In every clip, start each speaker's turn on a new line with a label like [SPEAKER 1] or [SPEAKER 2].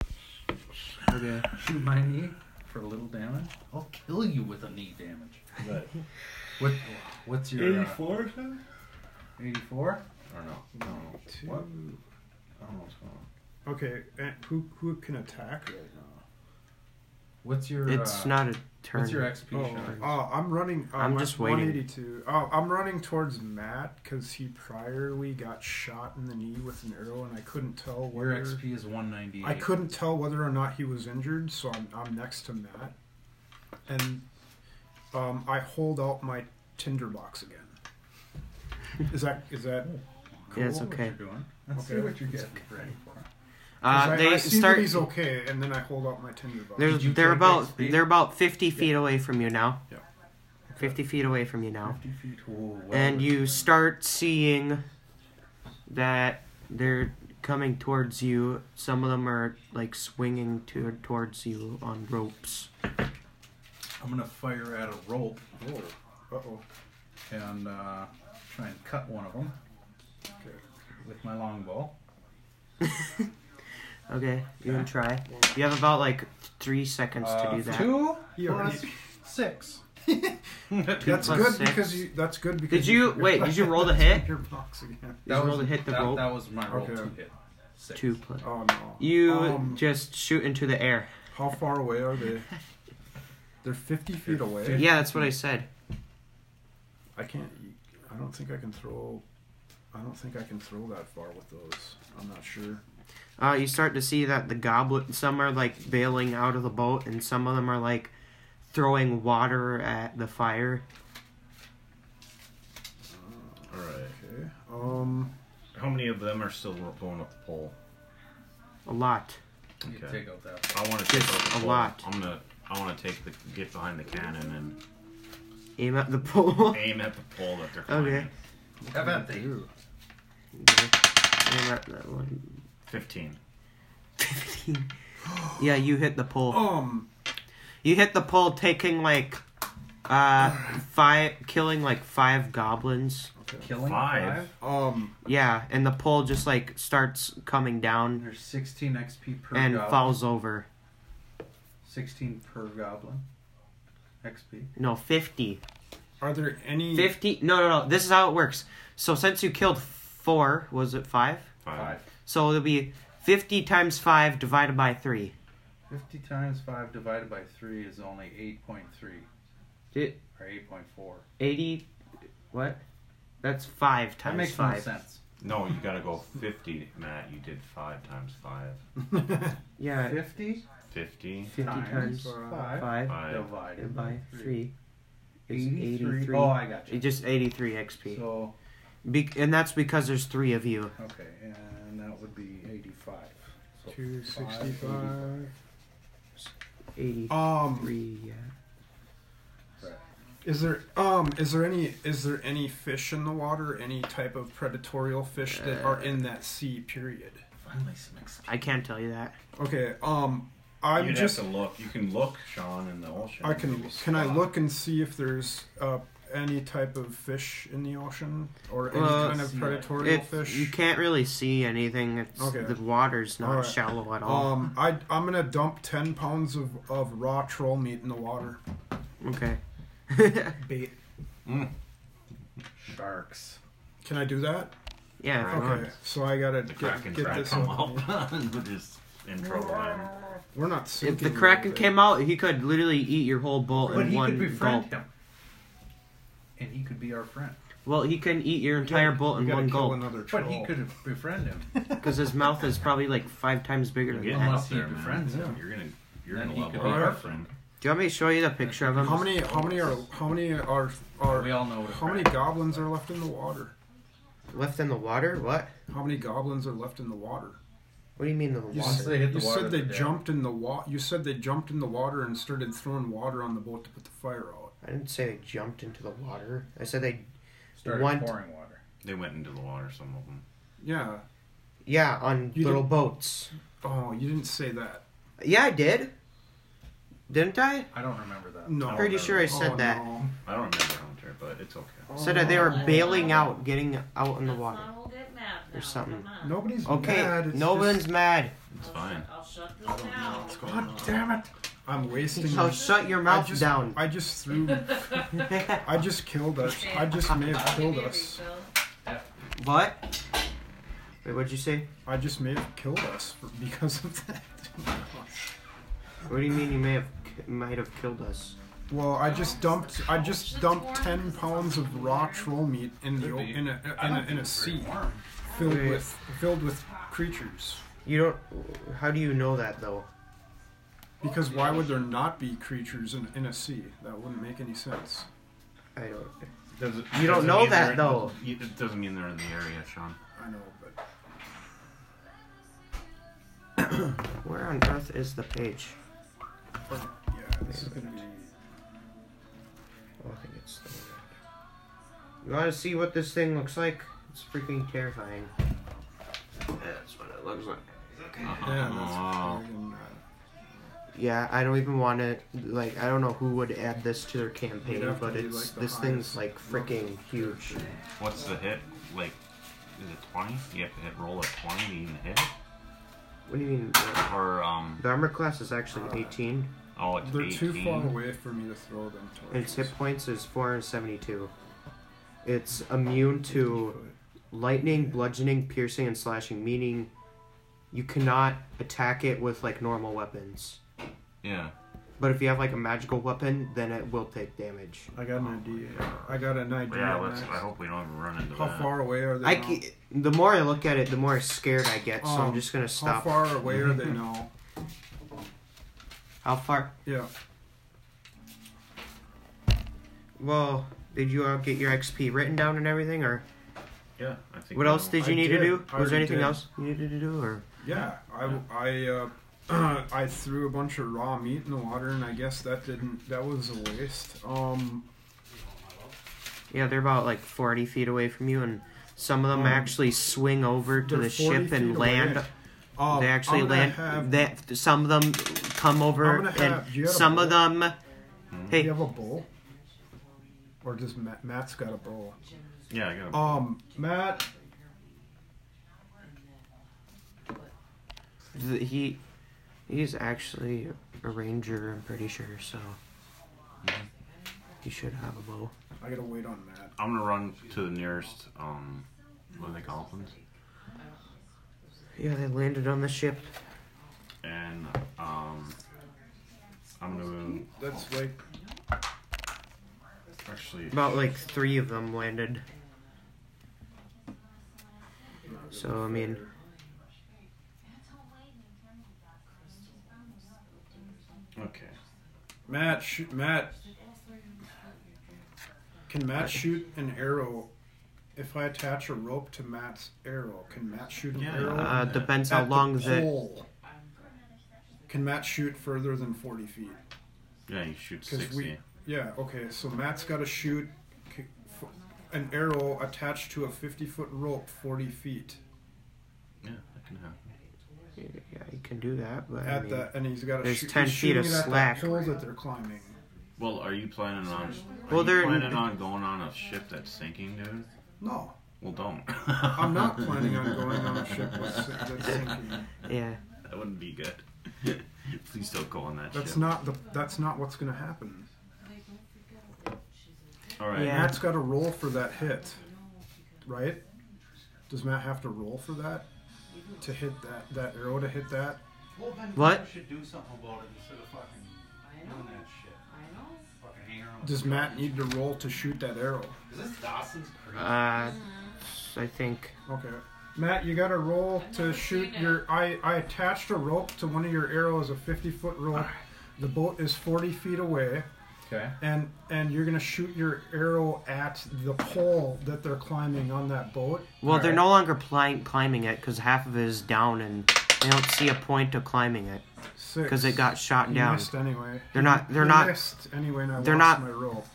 [SPEAKER 1] to shoot my knee for a little damage, I'll kill you with a knee damage.
[SPEAKER 2] But
[SPEAKER 1] What? What's your uh,
[SPEAKER 2] 84 or something?
[SPEAKER 1] 84? Or no? No.
[SPEAKER 3] Two.
[SPEAKER 1] What? I don't know what's going on.
[SPEAKER 3] Okay, and who who can attack right now?
[SPEAKER 1] What's your?
[SPEAKER 4] It's
[SPEAKER 1] uh,
[SPEAKER 4] not a turn.
[SPEAKER 1] What's your XP?
[SPEAKER 3] Oh,
[SPEAKER 1] Sean?
[SPEAKER 3] uh, I'm running. Uh,
[SPEAKER 4] I'm
[SPEAKER 3] one-
[SPEAKER 4] just waiting.
[SPEAKER 3] 182. Oh, I'm running towards Matt because he priorly got shot in the knee with an arrow, and I couldn't tell
[SPEAKER 1] Your
[SPEAKER 3] whether
[SPEAKER 1] XP is 198.
[SPEAKER 3] I couldn't tell whether or not he was injured. So I'm I'm next to Matt, and um, I hold out my tinderbox again. Is that is
[SPEAKER 4] Uh,
[SPEAKER 3] that?
[SPEAKER 4] Yeah, it's
[SPEAKER 1] Cool, what
[SPEAKER 4] okay.
[SPEAKER 1] you're doing. Let's see
[SPEAKER 3] Okay.
[SPEAKER 1] what you're getting ready for.
[SPEAKER 3] Because
[SPEAKER 4] Uh,
[SPEAKER 3] I,
[SPEAKER 4] they
[SPEAKER 3] I see that
[SPEAKER 4] start.
[SPEAKER 3] he's okay, and then I hold out my tinderbox.
[SPEAKER 4] They're,
[SPEAKER 1] Did you
[SPEAKER 4] they're
[SPEAKER 1] take
[SPEAKER 4] about
[SPEAKER 1] XP?
[SPEAKER 4] they're about fifty feet away from you now.
[SPEAKER 3] Yeah.
[SPEAKER 4] Fifty feet away from you now,
[SPEAKER 1] 50 feet. Ooh, wow.
[SPEAKER 4] and you start seeing that they're coming towards you. Some of them are like swinging to, towards you on ropes.
[SPEAKER 1] I'm gonna fire at a rope
[SPEAKER 3] Uh oh.
[SPEAKER 1] and uh, try and cut one of them
[SPEAKER 3] Okay.
[SPEAKER 1] with my longbow.
[SPEAKER 4] Okay, you
[SPEAKER 1] Okay.
[SPEAKER 4] can try. You have about like three seconds
[SPEAKER 1] Uh,
[SPEAKER 4] to do that.
[SPEAKER 1] Two
[SPEAKER 3] He
[SPEAKER 1] plus
[SPEAKER 3] already-
[SPEAKER 1] six.
[SPEAKER 3] That's
[SPEAKER 4] plus
[SPEAKER 3] good
[SPEAKER 4] six.
[SPEAKER 3] because you. That's good because.
[SPEAKER 4] Did you- wait, did you roll the hit?
[SPEAKER 3] Tinderbox again.
[SPEAKER 4] You roll to hit the
[SPEAKER 1] that,
[SPEAKER 4] rope.
[SPEAKER 1] That was my roll
[SPEAKER 3] Okay.
[SPEAKER 1] to hit. Six.
[SPEAKER 4] Two plus.
[SPEAKER 3] Oh no.
[SPEAKER 4] You
[SPEAKER 3] Um,
[SPEAKER 4] just shoot into the air.
[SPEAKER 3] How far away are they? They're 50 feet away.
[SPEAKER 4] Yeah, that's what I said.
[SPEAKER 3] I can't. I don't think I can throw. I don't think I can throw that far with those. I'm not sure.
[SPEAKER 4] Uh, you start to see that the goblin, some are like bailing out of the boat, and some of them are like throwing water at the fire.
[SPEAKER 2] All right.
[SPEAKER 3] Okay. Um.
[SPEAKER 2] How many of them are still going up the pole?
[SPEAKER 4] A lot.
[SPEAKER 1] You
[SPEAKER 2] Okay.
[SPEAKER 1] take out that.
[SPEAKER 2] I want to take
[SPEAKER 4] Yes,
[SPEAKER 2] out the
[SPEAKER 4] a
[SPEAKER 2] pole.
[SPEAKER 4] lot.
[SPEAKER 2] I'm gonna. I want to take the get behind the cannon and
[SPEAKER 4] Aim at the pole. Okay.
[SPEAKER 2] aim at the pole that they're climbing.
[SPEAKER 4] Okay.
[SPEAKER 1] How about they?
[SPEAKER 3] Ew.
[SPEAKER 4] Aim at that one.
[SPEAKER 2] Fifteen.
[SPEAKER 4] yeah, you hit the pole.
[SPEAKER 3] Um.
[SPEAKER 4] You hit the pole, taking like uh five, killing like five goblins.
[SPEAKER 1] Killing
[SPEAKER 2] Five.
[SPEAKER 3] Um.
[SPEAKER 4] Yeah, and the pole just like starts coming down
[SPEAKER 1] There's 16 XP per
[SPEAKER 4] and
[SPEAKER 1] goblin.
[SPEAKER 4] falls over.
[SPEAKER 1] 16 per goblin. XP.
[SPEAKER 4] No, fifty.
[SPEAKER 3] Are there any?
[SPEAKER 4] 50 no no no this is how it works so since you killed four was it five
[SPEAKER 2] Five.
[SPEAKER 4] so it'll be 50 times 5 divided by 3
[SPEAKER 1] 50 times 5 divided by 3 is only 8.3
[SPEAKER 4] It-
[SPEAKER 1] or 8.4.
[SPEAKER 4] 80 what that's 5 times
[SPEAKER 1] That makes
[SPEAKER 4] 5
[SPEAKER 1] no sense.
[SPEAKER 2] No, you gotta go fifty, Matt. You did five times five.
[SPEAKER 4] yeah
[SPEAKER 1] 50
[SPEAKER 2] Fifty.
[SPEAKER 4] 50 times,
[SPEAKER 3] times
[SPEAKER 1] 5,
[SPEAKER 4] 5
[SPEAKER 2] Five.
[SPEAKER 1] divided
[SPEAKER 4] divided by 3 is
[SPEAKER 1] 83.
[SPEAKER 4] 83
[SPEAKER 1] Oh, I got
[SPEAKER 4] It
[SPEAKER 1] you.
[SPEAKER 4] just 83 xp
[SPEAKER 1] So,
[SPEAKER 4] be- and that's because there's three of you
[SPEAKER 1] okay, and that would be 85. So
[SPEAKER 3] Two sixty-five.
[SPEAKER 4] 83
[SPEAKER 3] Um.
[SPEAKER 4] yeah
[SPEAKER 3] Is there um is there any is there any fish in the water? Any type of predatorial fish that
[SPEAKER 4] Uh,
[SPEAKER 3] are in that sea? Period.
[SPEAKER 1] Finally, some XP.
[SPEAKER 4] i can't tell you that
[SPEAKER 3] Okay. Um. I'm
[SPEAKER 2] You'd
[SPEAKER 3] just
[SPEAKER 2] have to look. You can look, Sean, in the ocean.
[SPEAKER 3] I can
[SPEAKER 2] Maybe
[SPEAKER 3] can I
[SPEAKER 2] spot.
[SPEAKER 3] look and see if there's uh, any type of fish in the ocean or any
[SPEAKER 4] Well,
[SPEAKER 3] kind of
[SPEAKER 1] sea
[SPEAKER 3] predatory
[SPEAKER 4] Uh, it,
[SPEAKER 3] fish?
[SPEAKER 4] you can't really see anything it's,
[SPEAKER 3] Okay.
[SPEAKER 4] the water's not
[SPEAKER 3] All right.
[SPEAKER 4] shallow at all
[SPEAKER 3] Um, I I'm gonna dump ten pounds of, of raw troll meat in the water.
[SPEAKER 4] Okay.
[SPEAKER 3] Bait.
[SPEAKER 1] Sharks.
[SPEAKER 3] Can I do that?
[SPEAKER 4] yeah. if you want.
[SPEAKER 3] Okay. So I gotta
[SPEAKER 2] The
[SPEAKER 3] get,
[SPEAKER 2] Kraken
[SPEAKER 3] get
[SPEAKER 2] tried to
[SPEAKER 3] this.
[SPEAKER 2] come
[SPEAKER 3] Up.
[SPEAKER 2] up with his intro line.
[SPEAKER 3] We're not
[SPEAKER 4] If
[SPEAKER 3] sinking.
[SPEAKER 4] the kraken
[SPEAKER 3] anything.
[SPEAKER 4] came out, he could literally eat your whole boat
[SPEAKER 1] But
[SPEAKER 4] in
[SPEAKER 1] he could
[SPEAKER 4] one
[SPEAKER 1] befriend
[SPEAKER 4] gulp.
[SPEAKER 1] him. And he could be our friend.
[SPEAKER 4] Well, he can eat your entire boat
[SPEAKER 3] We
[SPEAKER 4] in
[SPEAKER 3] gotta
[SPEAKER 4] one
[SPEAKER 3] kill
[SPEAKER 4] gulp
[SPEAKER 3] another troll.
[SPEAKER 1] But he could befriend him.
[SPEAKER 4] because his mouth is probably like five times bigger
[SPEAKER 2] You're
[SPEAKER 4] than
[SPEAKER 2] getting
[SPEAKER 4] that.
[SPEAKER 1] Unless
[SPEAKER 2] up
[SPEAKER 1] he
[SPEAKER 2] there, man.
[SPEAKER 1] befriends him.
[SPEAKER 2] You're gonna you're
[SPEAKER 1] Then
[SPEAKER 2] gonna
[SPEAKER 1] he
[SPEAKER 2] love
[SPEAKER 1] could
[SPEAKER 2] all
[SPEAKER 1] be
[SPEAKER 2] your
[SPEAKER 1] our friend.
[SPEAKER 2] friend.
[SPEAKER 4] Do you want me to show you the picture of him?
[SPEAKER 3] How many? How many are? How many are? Are?
[SPEAKER 1] We all know what a
[SPEAKER 3] how many
[SPEAKER 1] kraken
[SPEAKER 3] goblins are left in the water?
[SPEAKER 4] left in the water? What?
[SPEAKER 3] How many goblins are left in the water?
[SPEAKER 4] What do you mean in the
[SPEAKER 3] You,
[SPEAKER 4] water?
[SPEAKER 1] Once
[SPEAKER 3] s-
[SPEAKER 1] they hit the
[SPEAKER 3] you
[SPEAKER 1] water,
[SPEAKER 3] said they
[SPEAKER 1] they're dead.
[SPEAKER 3] jumped in the wa- You said they jumped in the water and started throwing water on the boat to put the fire out.
[SPEAKER 4] I didn't say they jumped into the water. I said they.
[SPEAKER 1] Started
[SPEAKER 4] One-
[SPEAKER 1] pouring water.
[SPEAKER 2] They went into the water. Some of them.
[SPEAKER 3] Yeah.
[SPEAKER 4] Yeah, on
[SPEAKER 3] You
[SPEAKER 4] little
[SPEAKER 3] didn't-
[SPEAKER 4] boats.
[SPEAKER 3] Oh, you didn't say that.
[SPEAKER 4] Yeah, I did. Didn't I?
[SPEAKER 1] I don't remember that.
[SPEAKER 3] No.
[SPEAKER 2] Oh,
[SPEAKER 4] Pretty
[SPEAKER 2] no.
[SPEAKER 4] sure I said
[SPEAKER 3] Oh,
[SPEAKER 4] that.
[SPEAKER 3] no.
[SPEAKER 2] I don't remember Hunter, but it's okay.
[SPEAKER 4] Said that they were
[SPEAKER 5] Oh.
[SPEAKER 4] bailing out, getting out in the
[SPEAKER 5] That's
[SPEAKER 4] water.
[SPEAKER 5] not a whole good map.
[SPEAKER 4] or something.
[SPEAKER 3] Nobody's
[SPEAKER 4] Okay,
[SPEAKER 3] mad. It's
[SPEAKER 4] no
[SPEAKER 3] just-
[SPEAKER 4] one's mad.
[SPEAKER 2] It's fine.
[SPEAKER 5] I'll shut them down.
[SPEAKER 3] God damn it! I'm wasting.
[SPEAKER 4] So
[SPEAKER 3] my-
[SPEAKER 4] shut your
[SPEAKER 3] I
[SPEAKER 4] mouth
[SPEAKER 3] just,
[SPEAKER 4] down.
[SPEAKER 3] I just threw. I just killed us. I just may have killed us.
[SPEAKER 4] what? Wait, what'd you say?
[SPEAKER 3] I just may have killed us for, because of that.
[SPEAKER 4] What do you mean you may have ki- might have killed us?
[SPEAKER 3] Well, I just dumped. I just dumped ten pounds of raw troll meat in the o- in a in a, in a sea filled
[SPEAKER 4] Wait.
[SPEAKER 3] with filled with creatures.
[SPEAKER 4] You don't. How do you know that though?
[SPEAKER 3] Because why would there not be creatures in, in a sea? That wouldn't make any sense.
[SPEAKER 4] I don't.
[SPEAKER 2] Does it,
[SPEAKER 4] You don't
[SPEAKER 2] doesn't
[SPEAKER 4] know
[SPEAKER 2] mean
[SPEAKER 4] that,
[SPEAKER 2] they're-
[SPEAKER 4] though.
[SPEAKER 2] It doesn't mean they're in the area, Sean.
[SPEAKER 3] I know, but
[SPEAKER 4] Where on earth is the page?
[SPEAKER 3] yeah, this is gonna be.
[SPEAKER 4] I don't think it's the You want to see what this thing looks like? It's freaking terrifying. That's what it looks like.
[SPEAKER 3] Yeah, that's
[SPEAKER 2] Oh.
[SPEAKER 3] friggin', uh,
[SPEAKER 4] Yeah, I don't even want to. Like, I don't know who would add this to their campaign,
[SPEAKER 3] You'd have to
[SPEAKER 4] but
[SPEAKER 3] be,
[SPEAKER 4] it's
[SPEAKER 3] like, the
[SPEAKER 4] this
[SPEAKER 3] highest
[SPEAKER 4] thing's like freaking huge.
[SPEAKER 2] What's the hit? Like, is it 20? You have to hit roll a 20 to even hit it?
[SPEAKER 4] What do you mean?
[SPEAKER 2] Or, um,
[SPEAKER 4] The armor class is actually 18,
[SPEAKER 2] oh, it's
[SPEAKER 3] They're
[SPEAKER 2] 18.
[SPEAKER 3] too far away for me to throw them
[SPEAKER 4] and
[SPEAKER 3] towards.
[SPEAKER 4] its hit points is 472. It's immune to lightning, bludgeoning, piercing, and slashing, meaning you cannot attack it with like normal weapons.
[SPEAKER 2] Yeah.
[SPEAKER 4] But if you have like a magical weapon, then it will take damage.
[SPEAKER 3] I got an idea. I got an idea.
[SPEAKER 2] Yeah, let's,
[SPEAKER 3] Max.
[SPEAKER 2] I hope we don't ever run into
[SPEAKER 3] How
[SPEAKER 2] that.
[SPEAKER 3] far away are they?
[SPEAKER 4] I
[SPEAKER 3] now?
[SPEAKER 4] ca- the more I look at it, the more scared I get. So I'm
[SPEAKER 3] Um,
[SPEAKER 4] just gonna
[SPEAKER 3] How
[SPEAKER 4] stop.
[SPEAKER 3] far away are they now?
[SPEAKER 4] How far?
[SPEAKER 3] Yeah.
[SPEAKER 4] Well, did you all get your XP written down and everything, or
[SPEAKER 2] Yeah, I think
[SPEAKER 4] what
[SPEAKER 2] we
[SPEAKER 4] else
[SPEAKER 2] will.
[SPEAKER 4] did you
[SPEAKER 3] I
[SPEAKER 4] need
[SPEAKER 3] did.
[SPEAKER 4] to do?
[SPEAKER 3] I
[SPEAKER 4] Was there
[SPEAKER 3] already
[SPEAKER 4] anything
[SPEAKER 3] did.
[SPEAKER 4] else you needed to do, or
[SPEAKER 3] Yeah. I I uh, I threw a bunch of raw meat in the water, and I guess that didn't. That was a waste. Um.
[SPEAKER 4] yeah, they're about like 40 feet away from you, and some of them
[SPEAKER 3] Um,
[SPEAKER 4] actually swing over to
[SPEAKER 3] they're
[SPEAKER 4] the
[SPEAKER 3] 40
[SPEAKER 4] ship and
[SPEAKER 3] feet
[SPEAKER 4] land.
[SPEAKER 3] away. Um,
[SPEAKER 4] They actually
[SPEAKER 3] I'm gonna
[SPEAKER 4] land.
[SPEAKER 3] Have,
[SPEAKER 4] that some of them come
[SPEAKER 3] I'm
[SPEAKER 4] over,
[SPEAKER 3] gonna have- you
[SPEAKER 4] and
[SPEAKER 3] got a
[SPEAKER 4] some of
[SPEAKER 3] bowl?
[SPEAKER 4] them.
[SPEAKER 3] do
[SPEAKER 4] Hey,
[SPEAKER 3] you have a bowl? Or does Matt, Matt's got a bowl?
[SPEAKER 2] Yeah, I got a
[SPEAKER 4] Oh.
[SPEAKER 3] Um, Matt.
[SPEAKER 4] th- he he's actually a ranger. I'm pretty sure, so he should have a bow.
[SPEAKER 3] I gotta wait on Matt.
[SPEAKER 2] I'm gonna run to the nearest um what are they called ones?
[SPEAKER 4] Yeah, they landed on the ship.
[SPEAKER 2] And um I'm gonna
[SPEAKER 3] That's like
[SPEAKER 2] actually
[SPEAKER 4] About like three of them landed. So I mean,
[SPEAKER 2] Okay.
[SPEAKER 3] Matt, shoot, Matt. Can Matt shoot an arrow? If I attach a rope to Matt's arrow, can Matt shoot an
[SPEAKER 2] Yeah.
[SPEAKER 3] arrow?
[SPEAKER 4] uh, depends
[SPEAKER 3] at
[SPEAKER 4] how
[SPEAKER 3] the
[SPEAKER 4] long the
[SPEAKER 3] pole? Can Matt shoot further than forty feet?
[SPEAKER 2] Yeah, you shoot
[SPEAKER 3] Because
[SPEAKER 2] sixty.
[SPEAKER 3] we, yeah, okay. So Matt's got to shoot k- f- an arrow attached to a fifty-foot rope, forty feet
[SPEAKER 2] Yeah, that can happen.
[SPEAKER 4] yeah, you can do that, but I
[SPEAKER 3] at
[SPEAKER 4] mean,
[SPEAKER 3] the, and he's got to
[SPEAKER 4] there's
[SPEAKER 3] shoot.
[SPEAKER 4] 10
[SPEAKER 3] he's
[SPEAKER 4] feet of
[SPEAKER 3] shooting it at that
[SPEAKER 4] slack.
[SPEAKER 3] pole that they're climbing.
[SPEAKER 2] Well are you planning on are
[SPEAKER 4] Well,
[SPEAKER 2] you
[SPEAKER 4] they're-
[SPEAKER 2] planning on going on a ship that's sinking, dude?
[SPEAKER 3] No,
[SPEAKER 2] Well don't.
[SPEAKER 3] I'm not planning on going on a ship that's, that's sinking.
[SPEAKER 4] yeah,
[SPEAKER 2] That wouldn't be good. Please don't go on that
[SPEAKER 3] That's
[SPEAKER 2] ship.
[SPEAKER 3] not the. That's not what's gonna happen.
[SPEAKER 2] Alright.
[SPEAKER 4] Yeah.
[SPEAKER 3] Matt's got to roll for that hit, right? Does Matt have to roll for that to hit that that arrow to hit that?
[SPEAKER 4] What?
[SPEAKER 1] You should do something about it instead of fucking doing that shit. Fucking hang around with
[SPEAKER 3] Does
[SPEAKER 1] the
[SPEAKER 3] Matt
[SPEAKER 1] fucking-
[SPEAKER 3] need to roll to shoot that arrow?
[SPEAKER 1] Is this Dawson's Creek?
[SPEAKER 4] uh, I think
[SPEAKER 3] Okay. Matt, you got to roll
[SPEAKER 5] I've
[SPEAKER 3] to
[SPEAKER 5] never
[SPEAKER 3] shoot
[SPEAKER 5] seen it.
[SPEAKER 3] your. I I attached a rope to one of your arrows, a fifty foot rope. The boat is forty feet away,
[SPEAKER 1] okay.
[SPEAKER 3] and and you're gonna shoot your arrow at the pole that they're climbing on that boat.
[SPEAKER 4] well they're
[SPEAKER 1] Alright.
[SPEAKER 4] no longer pli- climbing it because half of it is down and they don't see a point of climbing it
[SPEAKER 3] Six.
[SPEAKER 4] because it got shot
[SPEAKER 3] He
[SPEAKER 4] down.
[SPEAKER 3] missed anyway.
[SPEAKER 4] They're not- they're
[SPEAKER 3] He
[SPEAKER 4] not-
[SPEAKER 3] Missed anyway, and I
[SPEAKER 4] they're
[SPEAKER 3] lost
[SPEAKER 4] not-
[SPEAKER 3] my roll.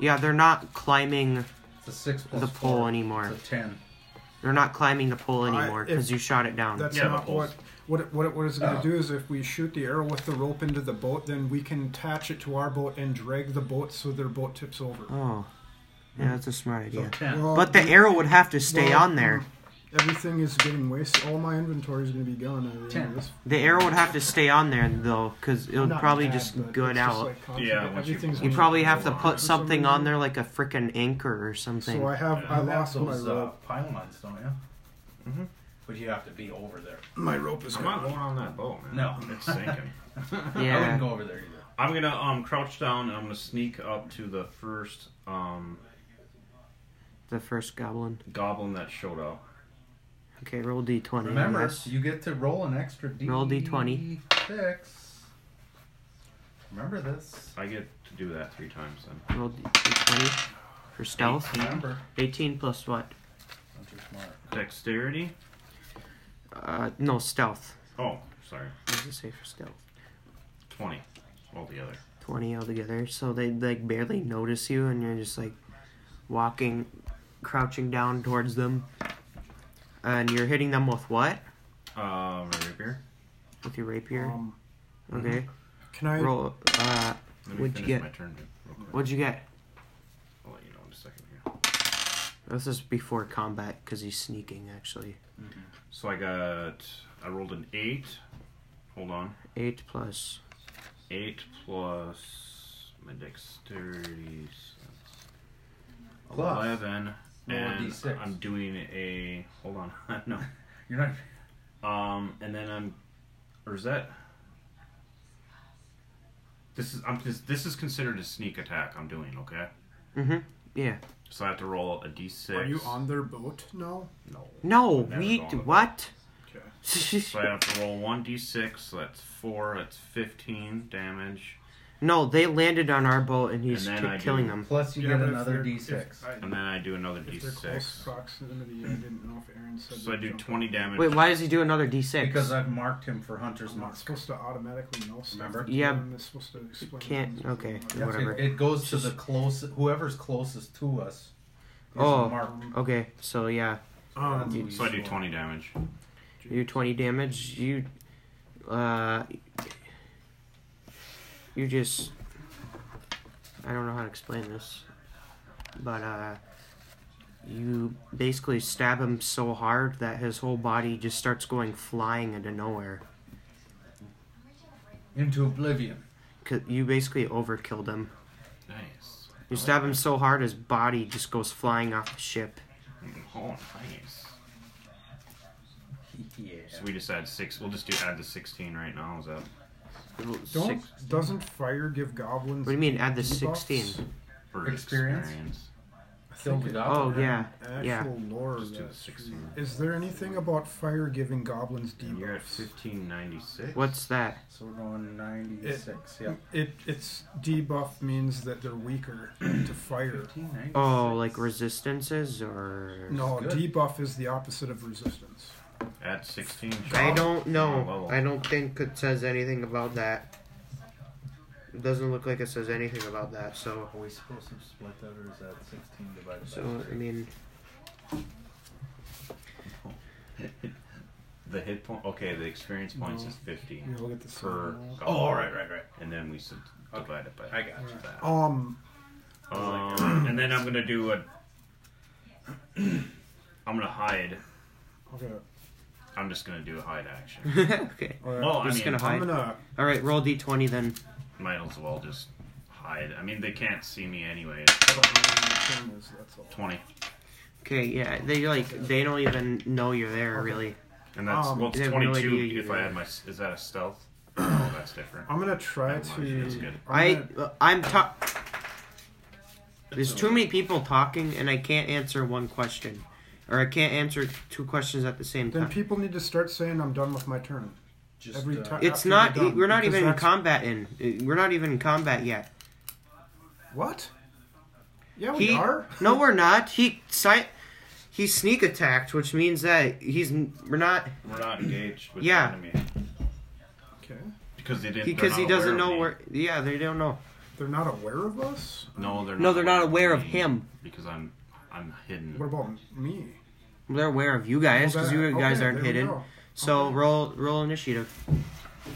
[SPEAKER 4] Yeah, they're not climbing
[SPEAKER 1] It's a six plus
[SPEAKER 4] the
[SPEAKER 1] four.
[SPEAKER 4] pole anymore.
[SPEAKER 1] It's a ten.
[SPEAKER 4] They're not climbing the pole
[SPEAKER 3] I-
[SPEAKER 4] anymore
[SPEAKER 3] if-
[SPEAKER 4] because you shot it down.
[SPEAKER 3] That's
[SPEAKER 2] Yeah, the
[SPEAKER 3] not
[SPEAKER 2] poles.
[SPEAKER 3] what what it, what it was going to
[SPEAKER 1] Oh.
[SPEAKER 3] do is if we shoot the arrow with the rope into the boat, then we can attach it to our boat and drag the boat so their boat tips over.
[SPEAKER 4] Oh, yeah, that's a smart
[SPEAKER 1] So
[SPEAKER 4] idea.
[SPEAKER 1] ten.
[SPEAKER 3] Well,
[SPEAKER 4] But the arrow would have to stay
[SPEAKER 3] Hmm. well,
[SPEAKER 4] on there.
[SPEAKER 3] mm, Everything is getting wasted. All my inventory is going to be gone. At the end
[SPEAKER 1] Ten.
[SPEAKER 3] of this.
[SPEAKER 4] The arrow would have to stay on there though, because it'll
[SPEAKER 3] Not
[SPEAKER 4] probably
[SPEAKER 3] bad,
[SPEAKER 4] just
[SPEAKER 3] but
[SPEAKER 4] go
[SPEAKER 3] it's
[SPEAKER 4] out.
[SPEAKER 3] like constant-
[SPEAKER 2] Yeah, once you-
[SPEAKER 3] everything's
[SPEAKER 4] you
[SPEAKER 3] been-
[SPEAKER 4] probably have to
[SPEAKER 2] For
[SPEAKER 4] put
[SPEAKER 3] some
[SPEAKER 4] something on
[SPEAKER 3] reason.
[SPEAKER 4] there like a freaking anchor or something.
[SPEAKER 3] So I have I
[SPEAKER 1] You have
[SPEAKER 3] lost my
[SPEAKER 1] those, uh,
[SPEAKER 3] rope.
[SPEAKER 1] pylons, don't you?
[SPEAKER 2] Mhm.
[SPEAKER 1] But you have to be over there.
[SPEAKER 3] My rope is
[SPEAKER 2] There's not
[SPEAKER 3] gone.
[SPEAKER 2] going on that boat, man.
[SPEAKER 1] No.
[SPEAKER 2] It's sinking.
[SPEAKER 1] I
[SPEAKER 4] yeah.
[SPEAKER 1] wouldn't go over there either.
[SPEAKER 2] I'm gonna um crouch down and I'm gonna sneak up to the first um
[SPEAKER 4] The first goblin.
[SPEAKER 2] goblin that showed up.
[SPEAKER 4] Okay, roll d20.
[SPEAKER 1] Remember,
[SPEAKER 4] unless-
[SPEAKER 1] you get to roll an extra d.
[SPEAKER 4] Roll D20.
[SPEAKER 1] Six. Remember this.
[SPEAKER 2] I get to do that three times then.
[SPEAKER 4] roll d20 for stealth.
[SPEAKER 1] Remember.
[SPEAKER 4] 18 plus what?
[SPEAKER 1] That's your smart.
[SPEAKER 2] Dexterity?
[SPEAKER 4] Uh, no, stealth.
[SPEAKER 2] Oh, sorry.
[SPEAKER 4] What does it say for stealth?
[SPEAKER 2] Twenty altogether.
[SPEAKER 4] 20 altogether. So they like barely notice you, and you're just like walking, crouching down towards them, and you're hitting them with what?
[SPEAKER 2] Um rapier.
[SPEAKER 4] With your rapier.
[SPEAKER 3] Um,
[SPEAKER 4] okay.
[SPEAKER 3] can I?
[SPEAKER 4] Roll. Uh,
[SPEAKER 2] mm-hmm. Let me
[SPEAKER 4] What'd you
[SPEAKER 2] finish
[SPEAKER 4] get?
[SPEAKER 2] my turn here real quick.
[SPEAKER 4] what'd you get?
[SPEAKER 2] I'll let you know in a second here.
[SPEAKER 4] This is before combat because he's sneaking actually.
[SPEAKER 2] So I got I rolled an eight. Hold on.
[SPEAKER 4] Eight plus.
[SPEAKER 2] Eight plus my dexterity. so that's
[SPEAKER 1] Plus.
[SPEAKER 2] Eleven.
[SPEAKER 1] Roll a
[SPEAKER 2] And
[SPEAKER 1] D6.
[SPEAKER 2] I'm doing a hold on. no.
[SPEAKER 1] You're not.
[SPEAKER 2] Um, and then I'm, or is that? This is I'm this, this is considered a sneak attack. I'm doing okay.
[SPEAKER 4] Mm-hmm. Yeah.
[SPEAKER 2] So I have to roll a d6.
[SPEAKER 3] Are you on their boat now?
[SPEAKER 2] No.
[SPEAKER 4] No,
[SPEAKER 2] Never
[SPEAKER 4] we
[SPEAKER 2] gone with
[SPEAKER 4] what?
[SPEAKER 3] Okay.
[SPEAKER 2] So I have to roll one d6. So that's four. That's fifteen damage.
[SPEAKER 4] no, they landed on our boat and he's
[SPEAKER 2] And then I
[SPEAKER 4] ki-
[SPEAKER 2] do-
[SPEAKER 4] killing them.
[SPEAKER 1] Plus, you
[SPEAKER 3] Yeah,
[SPEAKER 1] get
[SPEAKER 3] but if
[SPEAKER 1] another
[SPEAKER 3] they're-
[SPEAKER 1] d6.
[SPEAKER 3] If, I,
[SPEAKER 2] And then I do another
[SPEAKER 3] if they're close
[SPEAKER 2] d6.
[SPEAKER 3] proximity, I didn't know if Aaron said.
[SPEAKER 2] So I
[SPEAKER 3] they'd
[SPEAKER 2] do
[SPEAKER 3] jump
[SPEAKER 2] twenty
[SPEAKER 3] up.
[SPEAKER 2] damage.
[SPEAKER 4] Wait, why does he do another d6?
[SPEAKER 1] because I've marked him for Hunter's
[SPEAKER 3] I'm not
[SPEAKER 1] Mark.
[SPEAKER 3] supposed to automatically know stuff.
[SPEAKER 1] Remember?
[SPEAKER 4] Yeah.
[SPEAKER 3] I'm just supposed to explain
[SPEAKER 4] can't-
[SPEAKER 3] things
[SPEAKER 4] okay.
[SPEAKER 3] before I-
[SPEAKER 1] That's
[SPEAKER 4] Whatever.
[SPEAKER 1] It, it goes to the closest, whoever's closest to us. Is
[SPEAKER 4] Oh.
[SPEAKER 1] marked.
[SPEAKER 4] Okay, so yeah,
[SPEAKER 3] Um,
[SPEAKER 1] That's who
[SPEAKER 2] So I do
[SPEAKER 1] you
[SPEAKER 2] twenty damage.
[SPEAKER 4] you do 20 damage. You, uh, you just, I don't know how to explain this, but uh, you basically stab him so hard that his whole body just starts going flying into nowhere.
[SPEAKER 1] Into oblivion.
[SPEAKER 4] 'Cause You basically overkilled him.
[SPEAKER 2] Nice.
[SPEAKER 4] You stab him so hard, his body just goes flying off the ship.
[SPEAKER 2] Oh, nice.
[SPEAKER 1] Yeah.
[SPEAKER 2] So we just add six. We'll just do add the sixteen right now. Is that?
[SPEAKER 3] Don't
[SPEAKER 4] Six-
[SPEAKER 3] doesn't fire give goblins?
[SPEAKER 4] what do you mean? Add the
[SPEAKER 3] debuffs?
[SPEAKER 4] 16.
[SPEAKER 2] for
[SPEAKER 1] Experience?
[SPEAKER 3] I
[SPEAKER 1] Kill
[SPEAKER 3] think
[SPEAKER 1] the
[SPEAKER 3] it-
[SPEAKER 1] goblin.
[SPEAKER 4] Oh, yeah,
[SPEAKER 3] Actual
[SPEAKER 4] yeah.
[SPEAKER 3] lore.
[SPEAKER 2] Just do the
[SPEAKER 3] that's-
[SPEAKER 2] 16.
[SPEAKER 3] Is there anything about fire giving goblins
[SPEAKER 2] And you're at
[SPEAKER 3] debuffs?
[SPEAKER 2] fifteen ninety six.
[SPEAKER 4] What's that?
[SPEAKER 1] So we're going 96. yeah.
[SPEAKER 3] It it's debuff means that they're weaker to fire.
[SPEAKER 1] 1596.
[SPEAKER 4] Oh, like resistances or
[SPEAKER 3] No,
[SPEAKER 1] Good.
[SPEAKER 3] debuff is the opposite of resistance.
[SPEAKER 2] At sixteen.
[SPEAKER 4] I
[SPEAKER 2] Sean.
[SPEAKER 4] don't know.
[SPEAKER 2] Level.
[SPEAKER 4] I don't think it says anything about that. It doesn't look like it says anything about that. So,
[SPEAKER 1] Are we supposed to split that or is that 16 divided
[SPEAKER 4] so
[SPEAKER 1] by
[SPEAKER 4] I mean,
[SPEAKER 2] The hit point. Okay, the experience points is fifty
[SPEAKER 3] You look at the
[SPEAKER 2] per.
[SPEAKER 3] silver.
[SPEAKER 2] Goblin.
[SPEAKER 1] Oh, all right, right, right.
[SPEAKER 2] And then we should divide it by.
[SPEAKER 1] I got you. Oh.
[SPEAKER 2] that.
[SPEAKER 3] Um,
[SPEAKER 2] Um, and then I'm gonna do a. I'm gonna hide.
[SPEAKER 3] okay.
[SPEAKER 2] I'm just gonna do a hide action.
[SPEAKER 4] okay.
[SPEAKER 3] all right.
[SPEAKER 2] Well, I
[SPEAKER 4] Just
[SPEAKER 2] mean,
[SPEAKER 4] gonna hide.
[SPEAKER 3] I'm gonna
[SPEAKER 4] All right, roll d20 then.
[SPEAKER 2] might as well just hide. I mean, they can't see me anyway.
[SPEAKER 3] I don't know where the thing is, that's all.
[SPEAKER 2] Twenty,
[SPEAKER 4] Okay, yeah, they like they don't even know you're there really.
[SPEAKER 2] and that's
[SPEAKER 3] Um,
[SPEAKER 2] well, it's
[SPEAKER 4] they have no
[SPEAKER 2] twenty-two.
[SPEAKER 4] idea you
[SPEAKER 2] if I
[SPEAKER 4] were-
[SPEAKER 2] add my, is that a stealth? Oh, that's different.
[SPEAKER 3] I'm gonna try
[SPEAKER 2] Never mind, that's
[SPEAKER 3] to.
[SPEAKER 2] good.
[SPEAKER 4] I
[SPEAKER 3] I'm
[SPEAKER 4] I'm talk. There's too many people talking, and I can't answer one question, or I can't answer two questions at the same
[SPEAKER 3] Then
[SPEAKER 4] time.
[SPEAKER 3] people need to start saying I'm done with my turn.
[SPEAKER 1] Just,
[SPEAKER 3] Every
[SPEAKER 1] uh,
[SPEAKER 3] time- after
[SPEAKER 4] It's
[SPEAKER 3] you're
[SPEAKER 4] not. e-
[SPEAKER 3] done,
[SPEAKER 4] We're not
[SPEAKER 3] because
[SPEAKER 4] even in
[SPEAKER 3] that's-
[SPEAKER 4] combat. In eh, we're not even in combat yet.
[SPEAKER 3] What? Yeah, we
[SPEAKER 4] He,
[SPEAKER 3] are.
[SPEAKER 4] no, we're not. He si- he sneak attacked, which means that he's n- we're not
[SPEAKER 2] We're not engaged with
[SPEAKER 4] Yeah.
[SPEAKER 2] the enemy
[SPEAKER 3] Okay.
[SPEAKER 2] because they didn't.
[SPEAKER 4] because
[SPEAKER 2] they're
[SPEAKER 4] he
[SPEAKER 2] not aware
[SPEAKER 4] doesn't
[SPEAKER 2] of
[SPEAKER 4] know
[SPEAKER 2] me.
[SPEAKER 4] where. Yeah, they don't know.
[SPEAKER 3] They're not aware of us.
[SPEAKER 2] No, they're
[SPEAKER 4] No, they're not aware of
[SPEAKER 2] me
[SPEAKER 4] him.
[SPEAKER 2] because I'm I'm hidden.
[SPEAKER 3] What about me?
[SPEAKER 4] They're aware of you guys because
[SPEAKER 3] Well,
[SPEAKER 4] you
[SPEAKER 3] that-
[SPEAKER 4] guys
[SPEAKER 3] okay,
[SPEAKER 4] aren't
[SPEAKER 3] there we
[SPEAKER 4] hidden.
[SPEAKER 3] go.
[SPEAKER 4] So
[SPEAKER 3] Okay.
[SPEAKER 4] roll roll initiative.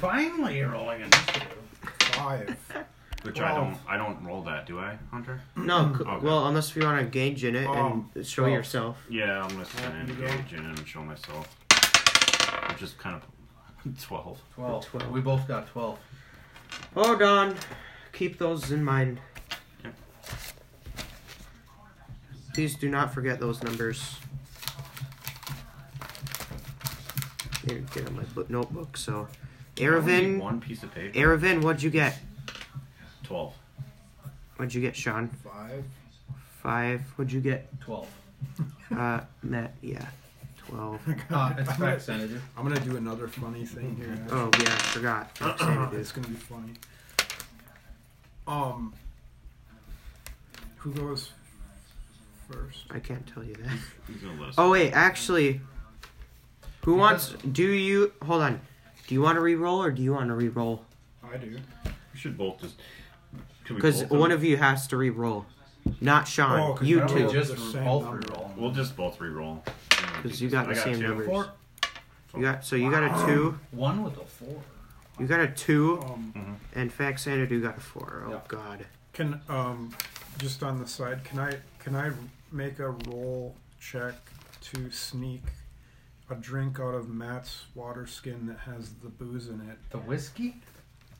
[SPEAKER 1] Finally rolling initiative.
[SPEAKER 3] Five.
[SPEAKER 2] Which I don't. I don't roll that, do I, Hunter?
[SPEAKER 4] No, c-
[SPEAKER 2] Okay.
[SPEAKER 4] well, unless you want to engage in it
[SPEAKER 3] Oh,
[SPEAKER 4] and show
[SPEAKER 3] well.
[SPEAKER 4] yourself.
[SPEAKER 2] Yeah, I'm gonna spin
[SPEAKER 3] Yeah,
[SPEAKER 2] in
[SPEAKER 3] you go.
[SPEAKER 2] engage in and show myself, which is kind of twelve.
[SPEAKER 1] Twelve.
[SPEAKER 4] Twelve.
[SPEAKER 1] We both got twelve.
[SPEAKER 4] Oh, Don, keep those in mind.
[SPEAKER 2] Yeah.
[SPEAKER 4] Please do not forget those numbers. Didn't get in my book, notebook, so.
[SPEAKER 2] I only need
[SPEAKER 4] Erevin, Er
[SPEAKER 2] One piece of paper.
[SPEAKER 4] Erevin, what'd you get?
[SPEAKER 2] Twelve.
[SPEAKER 4] What'd you get, Sean?
[SPEAKER 3] Five.
[SPEAKER 4] Five. What'd you get,
[SPEAKER 1] Twelve.
[SPEAKER 4] uh, Matt? Yeah, twelve.
[SPEAKER 1] Uh, it's
[SPEAKER 3] I'm, gonna,
[SPEAKER 1] percentages.
[SPEAKER 3] I'm gonna do another funny thing here.
[SPEAKER 4] Oh yeah, I forgot. I
[SPEAKER 3] Uh,
[SPEAKER 4] said it
[SPEAKER 3] it's
[SPEAKER 4] is.
[SPEAKER 3] gonna be funny. Um, who goes first?
[SPEAKER 4] I can't tell you that.
[SPEAKER 2] He's gonna let us.
[SPEAKER 4] Oh wait, actually, who wants? Do you hold on? Do you want to re-roll or do you want to re-roll?
[SPEAKER 3] I do.
[SPEAKER 2] We should both just. can we
[SPEAKER 4] Because
[SPEAKER 2] both
[SPEAKER 4] one
[SPEAKER 2] do-
[SPEAKER 4] of you has to re-roll, not Sean.
[SPEAKER 3] Oh, 'cause
[SPEAKER 4] you
[SPEAKER 3] I
[SPEAKER 1] Why don't we
[SPEAKER 4] two.
[SPEAKER 3] rolled
[SPEAKER 1] Just
[SPEAKER 3] the same
[SPEAKER 1] all
[SPEAKER 3] number.
[SPEAKER 1] three roll.
[SPEAKER 2] We'll just both re-roll.
[SPEAKER 4] 'Cause you got
[SPEAKER 2] I
[SPEAKER 4] the same
[SPEAKER 2] two.
[SPEAKER 4] numbers.
[SPEAKER 1] Four.
[SPEAKER 4] You got so you got a two.
[SPEAKER 1] One with a four.
[SPEAKER 4] You got a two,
[SPEAKER 3] Um,
[SPEAKER 4] and Fax Xanadu got a four. Oh
[SPEAKER 1] Yeah.
[SPEAKER 4] God.
[SPEAKER 3] can um, just on the side, can I can I make a roll check to sneak a drink out of Matt's water skin that has the booze in it?
[SPEAKER 1] The whiskey.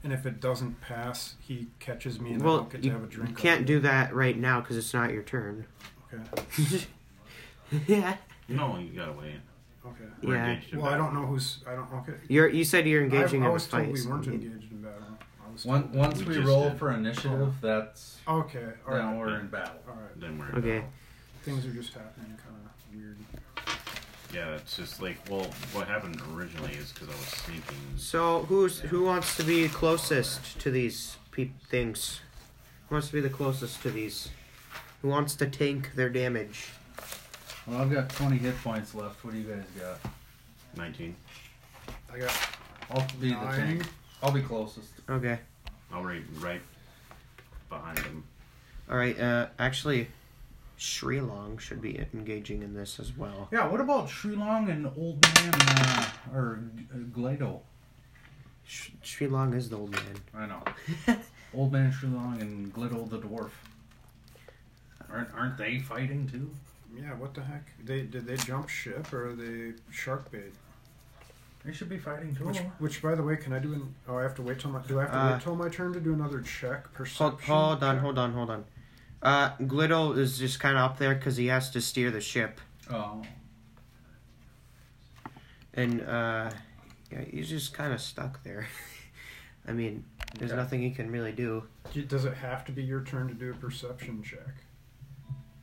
[SPEAKER 3] And if it doesn't pass, he catches me and I
[SPEAKER 4] Well,
[SPEAKER 3] don't get to
[SPEAKER 4] you,
[SPEAKER 3] have a drink.
[SPEAKER 4] you
[SPEAKER 3] out
[SPEAKER 4] can't
[SPEAKER 3] of
[SPEAKER 4] do that right now because it's not your turn.
[SPEAKER 3] it.
[SPEAKER 4] yeah.
[SPEAKER 2] No, you gotta wait.
[SPEAKER 3] Okay. Okay.
[SPEAKER 2] We're
[SPEAKER 4] Yeah.
[SPEAKER 2] engaged in
[SPEAKER 3] Well, I
[SPEAKER 2] battle.
[SPEAKER 3] don't know who's. I don't. Okay.
[SPEAKER 4] You're you said you're engaging
[SPEAKER 3] I, I
[SPEAKER 4] in a
[SPEAKER 3] was told
[SPEAKER 4] fight.
[SPEAKER 3] we
[SPEAKER 4] so
[SPEAKER 3] weren't
[SPEAKER 4] you-
[SPEAKER 3] engaged in battle. I was
[SPEAKER 1] One,
[SPEAKER 3] told-
[SPEAKER 1] once
[SPEAKER 2] We
[SPEAKER 1] we,
[SPEAKER 2] just
[SPEAKER 1] roll
[SPEAKER 2] did.
[SPEAKER 1] for initiative, that's
[SPEAKER 3] Okay. All right.
[SPEAKER 1] now we're in battle.
[SPEAKER 3] All right.
[SPEAKER 2] Then we're in
[SPEAKER 4] Okay.
[SPEAKER 2] battle.
[SPEAKER 3] Things are just happening kind of weird.
[SPEAKER 2] Yeah, it's just like well, what happened originally is because I was sneaking.
[SPEAKER 4] So who's who wants to be closest to these peop things? Who wants to be the closest to these? Who wants to tank their damage?
[SPEAKER 1] Well, I've got 20 hit points left. What do you guys got?
[SPEAKER 2] Nineteen.
[SPEAKER 3] I got
[SPEAKER 1] I'll be the
[SPEAKER 3] nine.
[SPEAKER 1] tank. I'll be closest.
[SPEAKER 4] Okay.
[SPEAKER 2] I'll right right behind him.
[SPEAKER 4] All right. Uh, actually, Sri Long should be engaging in this as well.
[SPEAKER 1] Yeah. What about Sri Long and Old Man uh, or uh, Glado?
[SPEAKER 4] Sh- Sri Long is the old man.
[SPEAKER 1] I know. Old Man Sri Long and Gliddle the dwarf. Aren't aren't they fighting too?
[SPEAKER 3] Yeah. What the heck? They did they jump ship or are they shark bait?
[SPEAKER 1] They should be fighting too.
[SPEAKER 3] Which, which by the way, can I do an? Oh, I have to wait till my. Do I have to
[SPEAKER 4] Uh,
[SPEAKER 3] wait till my turn to do another check?
[SPEAKER 4] Hold,
[SPEAKER 3] Perception.
[SPEAKER 4] hold on,
[SPEAKER 3] check?
[SPEAKER 4] hold on, hold on. Uh, Gliddle is just kind of up there because he has to steer the ship,
[SPEAKER 1] oh,
[SPEAKER 4] and uh, yeah, he's just kind of stuck there. I mean, there's
[SPEAKER 1] Okay.
[SPEAKER 4] nothing he can really do.
[SPEAKER 3] Do- Does it have to be your turn to do a perception check?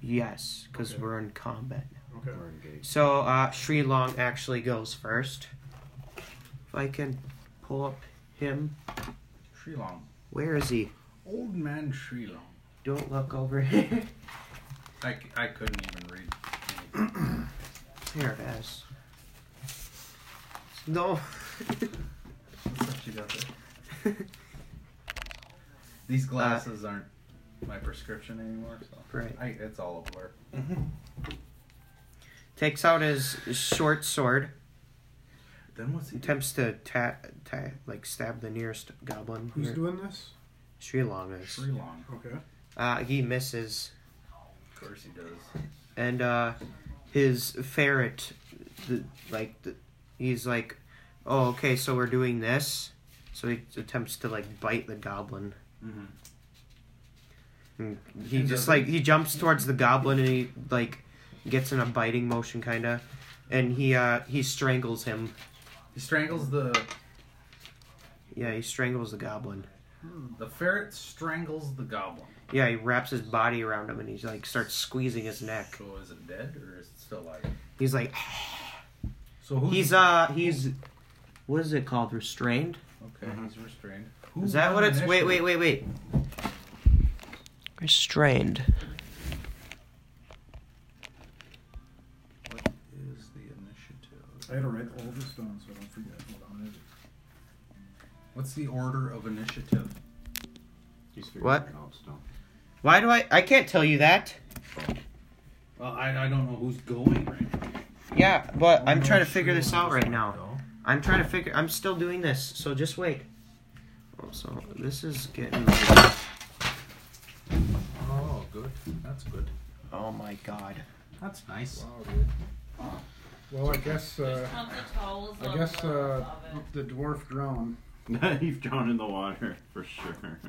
[SPEAKER 4] Yes, because
[SPEAKER 3] Okay.
[SPEAKER 4] we're in combat.
[SPEAKER 3] Okay.
[SPEAKER 2] We're engaged.
[SPEAKER 4] So uh, Sri Long actually goes first. If I can pull up him,
[SPEAKER 1] Sri Long.
[SPEAKER 4] where is he?
[SPEAKER 1] Old Man Sri Long.
[SPEAKER 4] Don't look over here.
[SPEAKER 1] I, c- I couldn't even read. anything.
[SPEAKER 4] There it is. No.
[SPEAKER 1] What's up you got there? Uh, These glasses aren't my prescription anymore, so
[SPEAKER 4] Right.
[SPEAKER 1] I, it's all a blur.
[SPEAKER 4] Takes out his short sword,
[SPEAKER 1] Then what's he?
[SPEAKER 4] attempts to ta- ta- like stab the nearest goblin.
[SPEAKER 3] Who's
[SPEAKER 4] Or-
[SPEAKER 3] doing this?
[SPEAKER 4] Sri Long is.
[SPEAKER 1] Sri Long.
[SPEAKER 3] Okay.
[SPEAKER 4] Uh, he misses,
[SPEAKER 1] Of course he does.
[SPEAKER 4] and uh, his ferret, the, like the, he's like, oh okay, so we're doing this. So he attempts to like bite the goblin.
[SPEAKER 1] Mhm.
[SPEAKER 4] And he
[SPEAKER 1] And
[SPEAKER 4] just
[SPEAKER 1] doesn't-
[SPEAKER 4] like he jumps towards the goblin and he like gets in a biting motion kind of, and he uh he strangles him.
[SPEAKER 1] He strangles the
[SPEAKER 4] Yeah, he strangles the goblin.
[SPEAKER 1] the ferret. Strangles the goblin.
[SPEAKER 4] Yeah, he wraps his body around him and he like starts squeezing his neck.
[SPEAKER 1] So is it dead or is it still alive?
[SPEAKER 4] He's like
[SPEAKER 1] So who's
[SPEAKER 4] he's uh he's what is it called restrained?
[SPEAKER 1] okay? He's restrained. Mm-hmm. Who
[SPEAKER 4] Is that
[SPEAKER 1] won
[SPEAKER 4] what it's? Wait,
[SPEAKER 1] initiative?
[SPEAKER 4] wait, wait, wait. Restrained.
[SPEAKER 1] What is the initiative?
[SPEAKER 3] I had to write all this down so I don't forget what I'm gonna do.
[SPEAKER 1] What's the order of initiative?
[SPEAKER 2] He's
[SPEAKER 4] What?
[SPEAKER 2] figuring it out still.
[SPEAKER 4] Why do I? I can't tell you that.
[SPEAKER 1] Well, I, I don't know who's going right now.
[SPEAKER 4] Yeah, but I'm
[SPEAKER 1] Oh,
[SPEAKER 4] trying to
[SPEAKER 1] Sri
[SPEAKER 4] figure this
[SPEAKER 1] Long
[SPEAKER 4] out
[SPEAKER 1] is
[SPEAKER 4] right
[SPEAKER 1] not
[SPEAKER 4] now. I'm trying to figure. I'm still doing this, so just wait. Also, this is getting.
[SPEAKER 1] Oh, good. That's good.
[SPEAKER 4] Oh my god.
[SPEAKER 1] That's nice.
[SPEAKER 3] Wow, dude. Well, I guess uh,
[SPEAKER 5] Just pump the towels
[SPEAKER 3] I
[SPEAKER 5] on
[SPEAKER 3] guess
[SPEAKER 5] the
[SPEAKER 3] uh,
[SPEAKER 5] top of it.
[SPEAKER 3] the dwarf drone.
[SPEAKER 2] You've drawn in the water for sure.